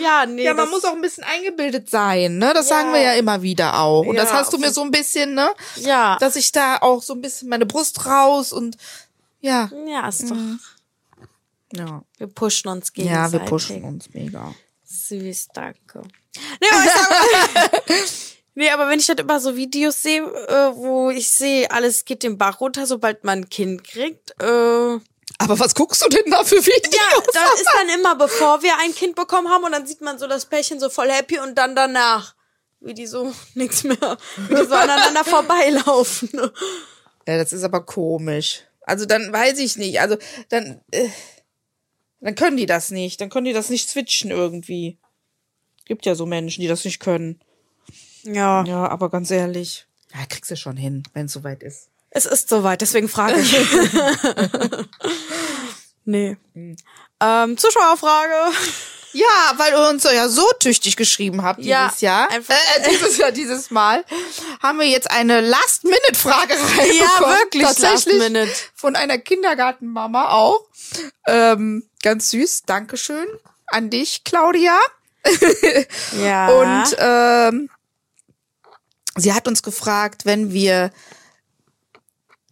A: Ja, nee.
B: *laughs* Ja, man
A: das-
B: muss auch ein bisschen eingebildet sein, ne? Das sagen wir ja immer wieder auch. Und das
A: Ja,
B: hast du mir so ein bisschen, ne?
A: Ja.
B: Dass ich da auch so ein bisschen meine Brust raus und ja.
A: ja, ist doch.
B: Ja.
A: Wir pushen uns
B: Mhm. Ja,
A: gegenseitig.
B: wir pushen uns mega.
A: Süß, danke. Nee, aber, ich sag mal- *laughs* nee, aber wenn ich halt immer so Videos sehe, äh, wo ich sehe, alles geht den Bach runter, sobald man ein Kind kriegt, äh,
B: Aber was guckst du denn da für Videos?
A: ja,
B: *laughs*
A: das ist dann immer, bevor wir ein Kind bekommen haben und dann sieht man so das Pärchen so voll happy und dann danach, wie die so *laughs* nichts mehr, wie die so aneinander vorbeilaufen.
B: Ja, das ist aber komisch. Also dann weiß ich nicht. Also dann, äh, dann können die das nicht. Dann können die das nicht switchen irgendwie. Gibt ja so Menschen, die das nicht können.
A: *laughs* Ja,
B: Ja, aber ganz ehrlich. Ja, kriegst du schon hin, wenn es soweit ist.
A: es ist soweit, deswegen frage *laughs* ich. nee. Ähm, Zuschauerfrage.
B: Ja, weil ihr uns ja so tüchtig geschrieben habt
A: Ja,
B: dieses Jahr.
A: einfach-
B: Äh, dieses Jahr, dieses Mal. Haben wir jetzt eine Last-Minute-Frage *laughs* reinbekommen.
A: wirklich
B: Tatsächlich
A: Last Minute.
B: Von einer Kindergartenmama auch. Ähm, ganz süß. Dankeschön an dich, Claudia.
A: Ja.
B: Und ähm, sie hat uns gefragt, wenn wir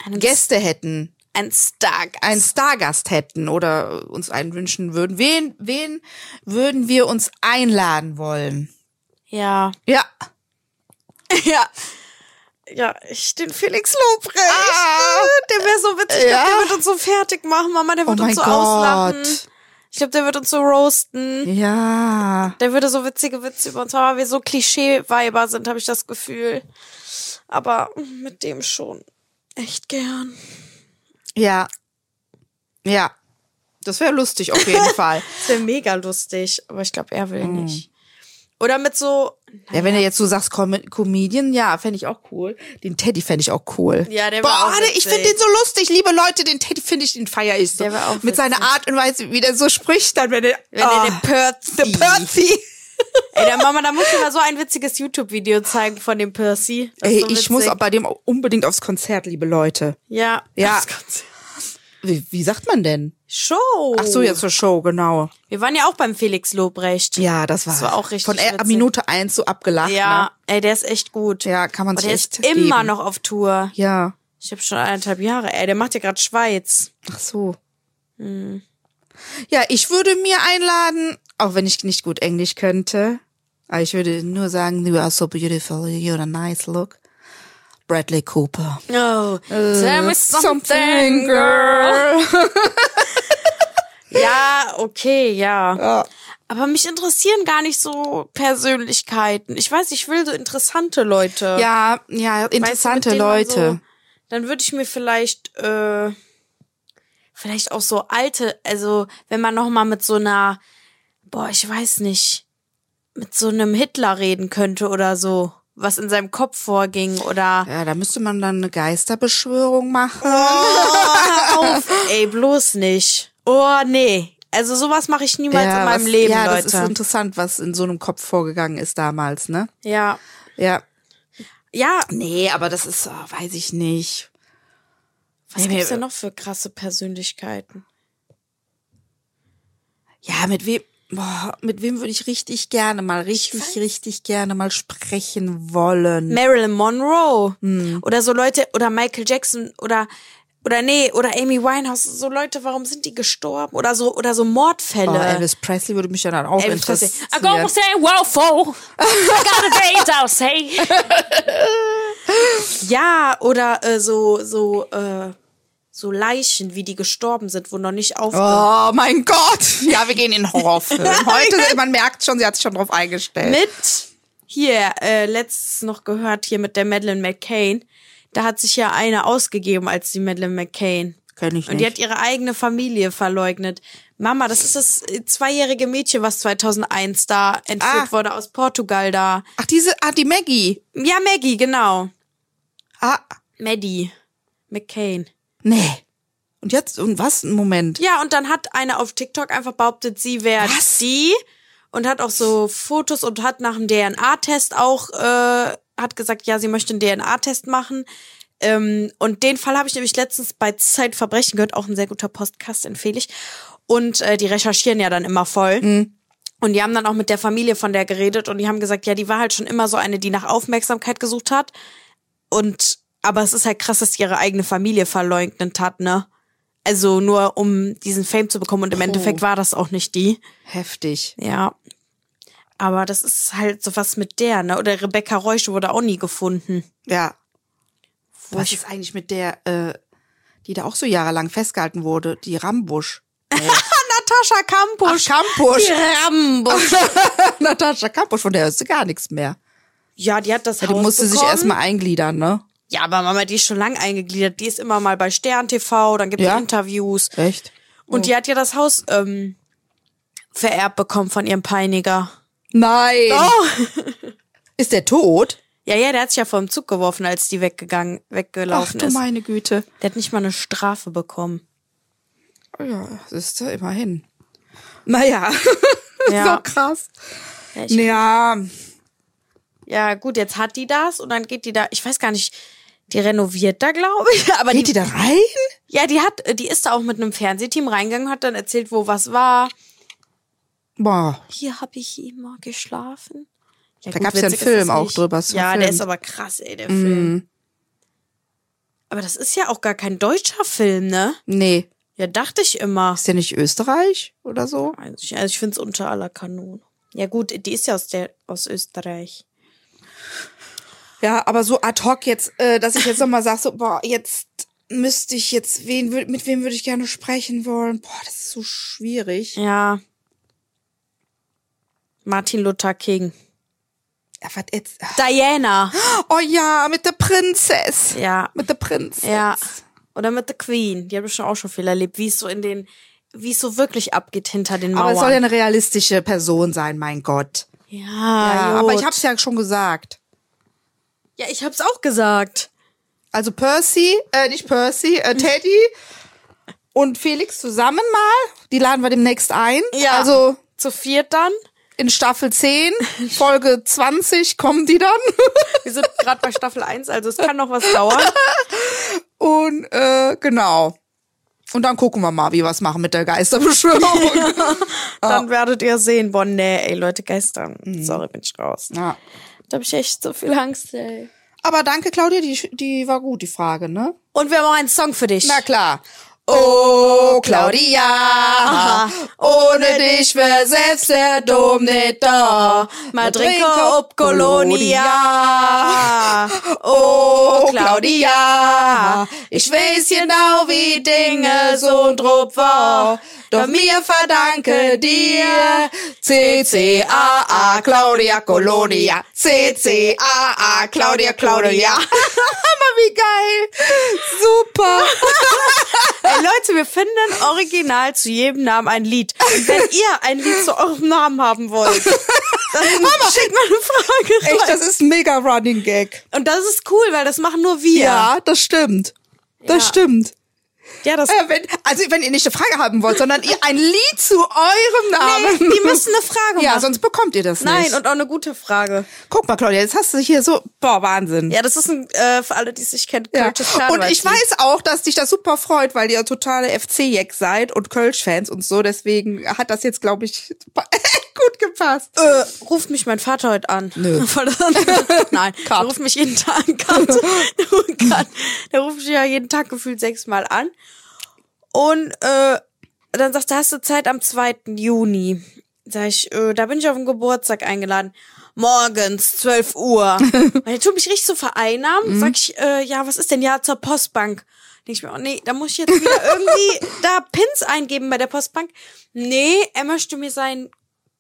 A: Einen
B: Gäste hätten,
A: ein Stark.
B: einen Stargast hätten oder uns einen wünschen würden, wen, wen würden wir uns einladen wollen?
A: *laughs* Ja.
B: Ja,
A: Ja. ja, ich den Felix Lobrecht.
B: Ah,
A: Der wäre so witzig. Ich
B: Ja. Oh
A: glaub, der wird uns so fertig machen, Mama. Der wird
B: mein
A: uns so
B: Gott.
A: auslachen. Ich glaube, der wird uns so roasten.
B: Ja.
A: Der würde so witzige Witze über uns machen, weil wir so Klischee-Weiber sind, habe ich das Gefühl. Aber mit dem schon. Echt gern.
B: Ja. Ja. Das wäre lustig auf
A: *laughs*
B: jeden Fall.
A: Das wäre mega lustig, aber ich glaube, er will nicht. Mhm. Oder mit so.
B: Ja, wenn du jetzt so sagst, Com Comedian, ja, fände ich auch cool. Den Teddy fände ich auch cool.
A: Ja, der wär
B: Boah,
A: auch
B: der- ich
A: witzig.
B: finde den so lustig, liebe Leute, den Teddy finde ich, den feier ich so.
A: Der wär auch
B: Mit seiner Art und Weise, wie der so spricht, dann wenn er, oh,
A: Wenn er den Percy.
B: der Percy.
A: Ey, der Mama, da musst du mal so ein witziges YouTube-Video zeigen von dem Percy. Das ist
B: Ey,
A: so
B: ich muss
A: witzig.
B: auch bei dem auch unbedingt aufs Konzert, liebe Leute.
A: Ja.
B: Ja.
A: Das Ganze-
B: Wie, wie sagt man denn?
A: Show.
B: Ach so, jetzt zur Show, genau.
A: Wir waren ja auch beim Felix Lobrecht.
B: Ja, das war,
A: Das war auch richtig
B: Von äh,
A: witzig.
B: Minute eins so abgelacht.
A: Ja, ey, der ist echt gut.
B: Ne? Ja, kann man
A: Und
B: sich
A: der
B: echt
A: ist immer
B: geben.
A: noch auf Tour.
B: Ja.
A: Ich habe schon eineinhalb Jahre. Ey, der macht ja gerade Schweiz.
B: Ach so.
A: Hm.
B: Ja, ich würde mir einladen, auch wenn ich nicht gut Englisch könnte, aber ich würde nur sagen, you are so beautiful, you're a nice look. Bradley Cooper.
A: Oh, tell me something,
B: something,
A: girl. Ja, okay, ja.
B: Ja.
A: Aber mich interessieren gar nicht so Persönlichkeiten. Ich weiß, ich will so interessante Leute.
B: Ja,
A: Weißt
B: ja,
A: du, Also mit
B: interessante
A: denen man
B: Leute.
A: So, dann würde ich mir vielleicht, äh, vielleicht auch so alte, also wenn man noch mal mit so einer, boah, ich weiß nicht, mit so einem Hitler reden könnte oder so, was in seinem Kopf vorging oder.
B: Ja, da müsste man dann eine Geisterbeschwörung machen.
A: oh, Hör auf, ey, bloß nicht. Oh, nee. Also sowas mache ich niemals
B: ja,
A: in meinem
B: was,
A: Leben,
B: ja,
A: Leute.
B: das ist interessant, was in so einem Kopf vorgegangen ist damals, ne?
A: ja.
B: Ja.
A: Ja,
B: Nee, aber das ist, oh, weiß ich nicht.
A: was
B: Nee,
A: gibt's
B: nee.
A: denn noch für krasse Persönlichkeiten?
B: Ja, mit wem, boah, mit wem würde ich richtig gerne mal, richtig, richtig gerne mal sprechen wollen?
A: Marilyn Monroe
B: Hm.
A: oder so Leute oder Michael Jackson oder oder nee, oder Amy Winehouse, so Leute, warum sind die gestorben oder so oder so Mordfälle.
B: Oh, Elvis Presley würde mich ja dann auch
A: Elvis Presley.
B: interessieren.
A: I go say wow fo. I got a date I'll
B: *laughs*
A: say. ja, oder äh, so so äh, so Leichen, wie die gestorben sind, wo noch nicht auf
B: Oh mein Gott! *laughs* Ja, wir gehen in *laughs* Horrorfilm. Heute, man merkt schon, sie hat sich schon drauf eingestellt.
A: mit hier äh, letztens noch gehört hier mit der Madeleine McCain. Da hat sich ja eine ausgegeben als die Madeleine McCain.
B: Kenn ich
A: Und die hat ihre eigene Familie verleugnet. Mama, das ist das äh, zweijährige Mädchen, was 2001 da entführt
B: Ah.
A: wurde aus Portugal da.
B: Ach, diese, ah, die Maggie.
A: Ja, Maggie, genau.
B: Ah,
A: Maddie McCain.
B: nee. Und jetzt, und was? Ein Moment.
A: Ja, und dann hat eine auf TikTok einfach behauptet, sie wäre
B: Was?
A: sie und hat auch so Fotos und hat nach dem DNA-Test auch, äh, hat gesagt, ja, sie möchte einen DNA-Test machen. Ähm, und den Fall habe ich nämlich letztens bei Zeitverbrechen gehört, auch ein sehr guter Podcast, empfehle ich. Und äh, die recherchieren ja dann immer voll. Und die haben dann auch mit der Familie von der geredet und die haben gesagt, ja, die war halt schon immer so eine, die nach Aufmerksamkeit gesucht hat. Und aber es ist halt krass, dass die ihre eigene Familie verleugnet hat, ne? Also nur um diesen Fame zu bekommen und im Endeffekt war das auch nicht die.
B: Heftig.
A: Ja. Aber das ist halt so was mit der, ne? Oder Rebecca Reusch wurde auch nie gefunden.
B: Ja. Was ist eigentlich mit der, äh, die da auch so jahrelang festgehalten wurde? Die Rambusch.
A: Natascha Kampusch.
B: Kampusch.
A: Rambusch.
B: *laughs* Natascha Kampusch, von der hörst du gar nichts mehr.
A: Ja, die hat das
B: Die
A: Haus
B: musste sich
A: bekommen.
B: erstmal eingliedern, ne?
A: Ja, aber Mama, die ist schon lang eingegliedert. Die ist immer mal bei Stern TV, dann gibt es
B: Ja. Oh.
A: Interviews.
B: Echt?
A: Und die hat ja das Haus ähm, vererbt bekommen von ihrem Peiniger.
B: Nein! Oh. *laughs* Ist der tot?
A: Ja, ja, der hat sich ja vom Zug geworfen, als die weggegangen, weggelaufen ist.
B: meine Güte.
A: Der hat nicht mal eine Strafe
B: *laughs*
A: bekommen.
B: Ja, das ist ja immerhin. Naja, *laughs*
A: Ja.
B: so krass.
A: Ja, ich,
B: *laughs* Ja,
A: ja, gut, jetzt hat die das und dann geht die da, ich weiß gar nicht, die renoviert da, glaube ich. Aber
B: geht
A: die,
B: die da rein?
A: ja, die hat, äh, die ist da auch mit einem Fernsehteam reingegangen, hat dann erzählt, wo was war.
B: Boah,
A: Hier habe ich immer geschlafen. Ja,
B: Da
A: gut,
B: gab's ja einen
A: witzig ist
B: Film
A: das
B: auch
A: nicht.
B: drüber, ist
A: Ja, der
B: verfilmt.
A: ist aber krass, ey,
B: Mhm.
A: der Film. Aber das ist ja auch gar kein deutscher Film, ne?
B: nee.
A: Ja, dachte ich immer.
B: Ist der nicht Österreich oder so?
A: Also ich, also ich finde es unter aller Kanone. Ja gut, die ist ja aus, der, aus Österreich.
B: Ja, aber so ad hoc jetzt, äh, dass ich jetzt nochmal sage, so, boah, jetzt müsste ich jetzt, wen, wür- mit wem würde ich gerne sprechen wollen? Boah, das ist so schwierig.
A: Ja. Martin Luther King.
B: Ja, was jetzt?
A: Diana.
B: Oh ja, mit der Prinzess.
A: Ja.
B: Mit der Prinzess.
A: Ja. Oder mit The Queen. Die habe ich schon auch schon viel erlebt, wie es so in den, wie es so wirklich abgeht hinter den
B: Aber
A: Mauern.
B: es soll ja eine realistische Person sein, mein Gott.
A: ja,
B: Ja,
A: gut.
B: aber ich hab's ja schon gesagt.
A: ja, ich hab's auch gesagt.
B: Also Percy, äh, nicht Percy,
A: *laughs*
B: äh, Teddy und Felix zusammen mal. Die laden wir demnächst ein.
A: Ja.
B: Also
A: Zu viert dann.
B: in Staffel 10, Folge 20 kommen die dann. *laughs*
A: Wir sind *laughs* gerade bei Staffel 1, also es kann noch was dauern.
B: Und äh, genau. Und dann gucken wir mal, wie wir was machen mit der *laughs* Geisterbeschwörung.
A: Dann werdet ihr sehen, boah, nee, ey, Leute, Geister. Sorry, bin ich raus.
B: ja.
A: Mhm. Da hab ich echt so viel Angst, ey.
B: Aber danke, Claudia, die, die war gut, die Frage, ne?
A: Und wir haben auch einen Song für dich.
B: Na klar. Oh, Claudia, ohne dich wär selbst der Dom nicht da.
A: Madrinko ob *laughs* Colonia.
B: Oh,
A: Claudia,
B: ich weiß genau, wie Dinge so ein Trupp war. Doch mir verdanke dir CCAA Claudia Colonia. CCAA Claudia *laughs* Claudia. Hammer, wie geil. Super. *laughs*
A: Ey, Leute, wir finden original zu jedem Namen ein Lied. Und wenn ihr ein Lied zu eurem Namen haben wollt, dann schickt mal eine Frage rein.
B: Echt, das ist ein mega Running Gag.
A: Und das ist cool, weil das machen nur wir.
B: Ja, das stimmt. Das
A: Ja.
B: stimmt.
A: ja das
B: Äh, wenn, also wenn ihr nicht eine Frage haben wollt, sondern ihr ein Lied zu eurem Namen.
A: Nee, die müssen eine Frage
B: *laughs* Ja,
A: machen.
B: sonst bekommt ihr das nicht.
A: Nein, und auch eine gute Frage.
B: Guck mal, Claudia, jetzt hast du hier so, boah, Wahnsinn.
A: Ja, das ist ein, äh, für alle, die es nicht kennen,
B: Ja.
A: Curtis Cardwell.
B: Und ich weiß auch, dass dich das super freut, weil ihr totale FC-Jack seid und Kölsch-Fans und so. Deswegen hat das jetzt, glaube ich, *laughs* gut gepasst.
A: Äh, ruft mich mein *laughs* Vater heute an. Nö. Nein, der
B: Cut.
A: ruft mich jeden Tag an. *laughs* Cut. Cut. Der ruft mich ja jeden Tag gefühlt sechsmal an. Und äh, dann sagt er, hast du Zeit am 2. Juni? Sag ich, äh, da bin ich auf den Geburtstag eingeladen. Morgens, 12 Uhr. Und er tut mich richtig so vereinnahmen. Sag ich, äh, ja, was ist denn? Ja, zur Postbank. Denk ich mir, oh nee, da muss ich jetzt wieder irgendwie da Pins eingeben bei der Postbank. Nee, er möchte mir sein,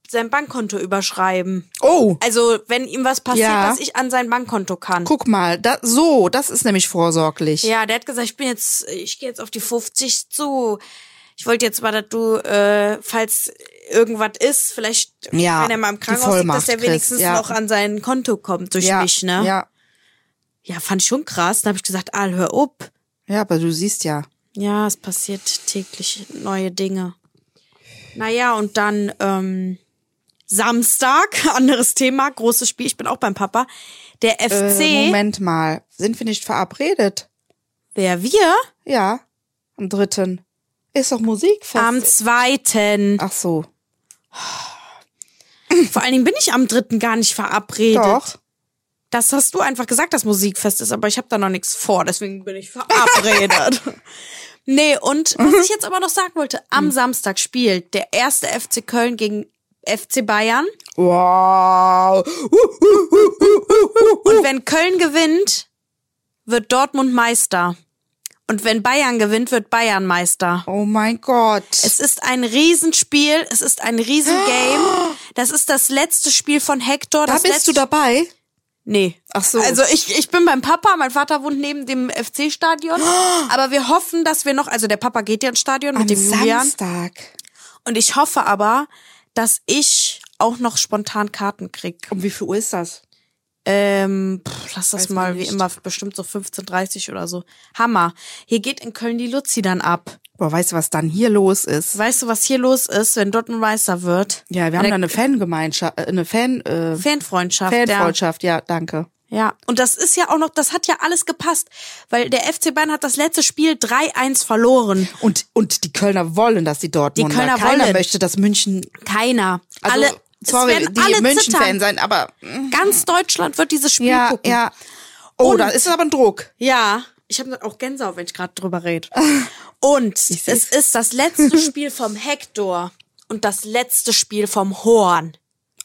A: sein Bankkonto überschreiben.
B: Oh,
A: Also, wenn ihm was passiert,
B: Ja.
A: dass ich an sein Bankkonto kann.
B: guck mal, da, so, das ist nämlich vorsorglich.
A: Ja, der hat gesagt, ich bin jetzt, ich gehe jetzt auf die 50 zu. Ich wollte jetzt mal, dass du, äh, falls irgendwas ist, vielleicht,
B: Ja,
A: wenn er mal im
B: die
A: Krankenhaus liegt, dass
B: Vollmacht
A: der
B: kriegst,
A: wenigstens
B: ja.
A: noch an sein Konto kommt durch
B: ja.
A: mich, ne?
B: Ja.
A: ja, fand ich schon krass. Dann habe ich gesagt, Al, hör up.
B: ja, aber du siehst ja.
A: Ja, es passiert täglich neue Dinge. Naja, und dann ähm, Samstag, *laughs* anderes Thema, großes Spiel. Ich bin auch beim Papa. Der FC,
B: Äh, Moment mal, sind wir nicht verabredet?
A: wer wir?
B: Ja, am dritten. Ist doch Musikfest.
A: Am
B: *laughs*
A: zweiten.
B: Ach so,
A: Vor allen Dingen bin ich am dritten gar nicht verabredet.
B: doch.
A: Das hast du einfach gesagt, dass Musikfest ist, aber ich habe da noch nichts vor, deswegen bin ich
B: *laughs*
A: verabredet. nee, und was ich jetzt aber noch sagen wollte,
B: Hm.
A: am Samstag spielt der erste FC Köln gegen FC Bayern.
B: Wow. Uh, uh, uh, uh, uh, uh.
A: Und wenn Köln gewinnt, wird Dortmund Meister. Und wenn Bayern gewinnt, wird Bayern Meister.
B: Oh mein Gott.
A: Es ist ein Riesenspiel, es ist ein Riesengame. Das ist das letzte Spiel von Hector.
B: da
A: das
B: bist
A: letzte
B: du dabei?
A: Nee.
B: Ach so.
A: Also ich, ich bin beim Papa, mein Vater wohnt neben dem FC-Stadion. Aber wir hoffen, dass wir noch, also der Papa geht ja ins Stadion
B: Am
A: mit dem Julian.
B: Samstag.
A: Und ich hoffe aber, dass ich auch noch spontan Karten krieg.
B: Um wie viel Uhr ist das?
A: Ähm, pff, lass das
B: Weiß
A: mal
B: man
A: wie
B: nicht.
A: immer bestimmt so 15.30 oder so. Hammer. Hier geht in Köln die Luzi dann ab.
B: Boah, weißt du, was dann hier los ist?
A: Weißt du, was hier los ist, wenn Dortmund Meister wird?
B: Ja, wir haben da eine Fangemeinschaft, äh, eine Fan, äh,
A: Fanfreundschaft. ja.
B: Fanfreundschaft. Ja, danke.
A: Ja, und das ist ja auch noch, das hat ja alles gepasst, weil der FC Bayern hat das letzte Spiel 3-1 verloren.
B: Und, und die Kölner wollen, dass die Dortmunder.
A: Kölner
B: Keiner
A: wollen.
B: möchte, dass München,
A: Keiner.
B: also,
A: alle, es
B: sorry,
A: werden
B: die
A: alle
B: München-Fans
A: zittern.
B: sein, aber,
A: Ganz Deutschland wird dieses Spiel
B: ja,
A: gucken.
B: ja. Oh,
A: Und-
B: da ist aber ein Druck.
A: Ja, ich habe auch Gänsehaut, wenn ich gerade drüber
B: *laughs*
A: rede. Und es ist das letzte Spiel vom Hector und das letzte Spiel vom Horn.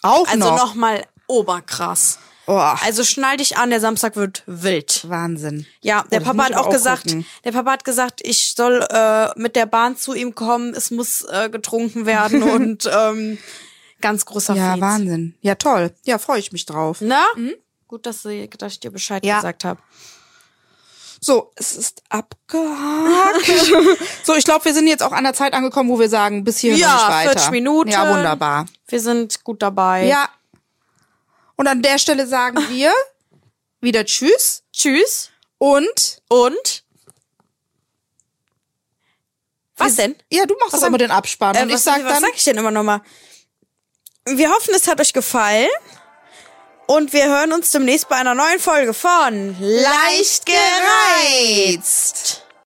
B: Auch
A: Also
B: noch.
A: nochmal oberkrass.
B: Oh,
A: Also schnall dich an, der Samstag wird wild.
B: Wahnsinn.
A: Ja, der
B: Oh, das
A: Papa
B: muss
A: hat
B: ich aber
A: auch,
B: auch
A: gesagt,
B: gucken.
A: der Papa hat gesagt, ich soll äh, mit der Bahn zu ihm kommen, es muss äh, getrunken
B: *laughs*
A: werden und ähm, ganz großer
B: Ja,
A: Fetz.
B: Wahnsinn. Ja, toll. Ja, freue ich mich drauf.
A: Na? Gut, dass, sie, dass ich dir Bescheid
B: Ja.
A: gesagt habe.
B: So, es ist
A: *laughs*
B: abgehakt. so, ich glaube, wir sind jetzt auch an der Zeit angekommen, wo wir sagen, bis hier
A: Ja,
B: nicht weiter.
A: 40 Minuten.
B: Ja, wunderbar.
A: Wir sind gut dabei.
B: Ja. Und an der Stelle sagen
A: Ah.
B: wir wieder Tschüss
A: Tschüss
B: und
A: und was
B: wir-
A: denn?
B: Ja, du machst
A: Was
B: doch immer den Abspann
A: Äh,
B: und ich
A: was,
B: sag
A: was
B: dann
A: sag ich denn immer nochmal? Wir hoffen, es hat euch gefallen. Und wir hören uns demnächst bei einer neuen Folge von
B: leicht gereizt.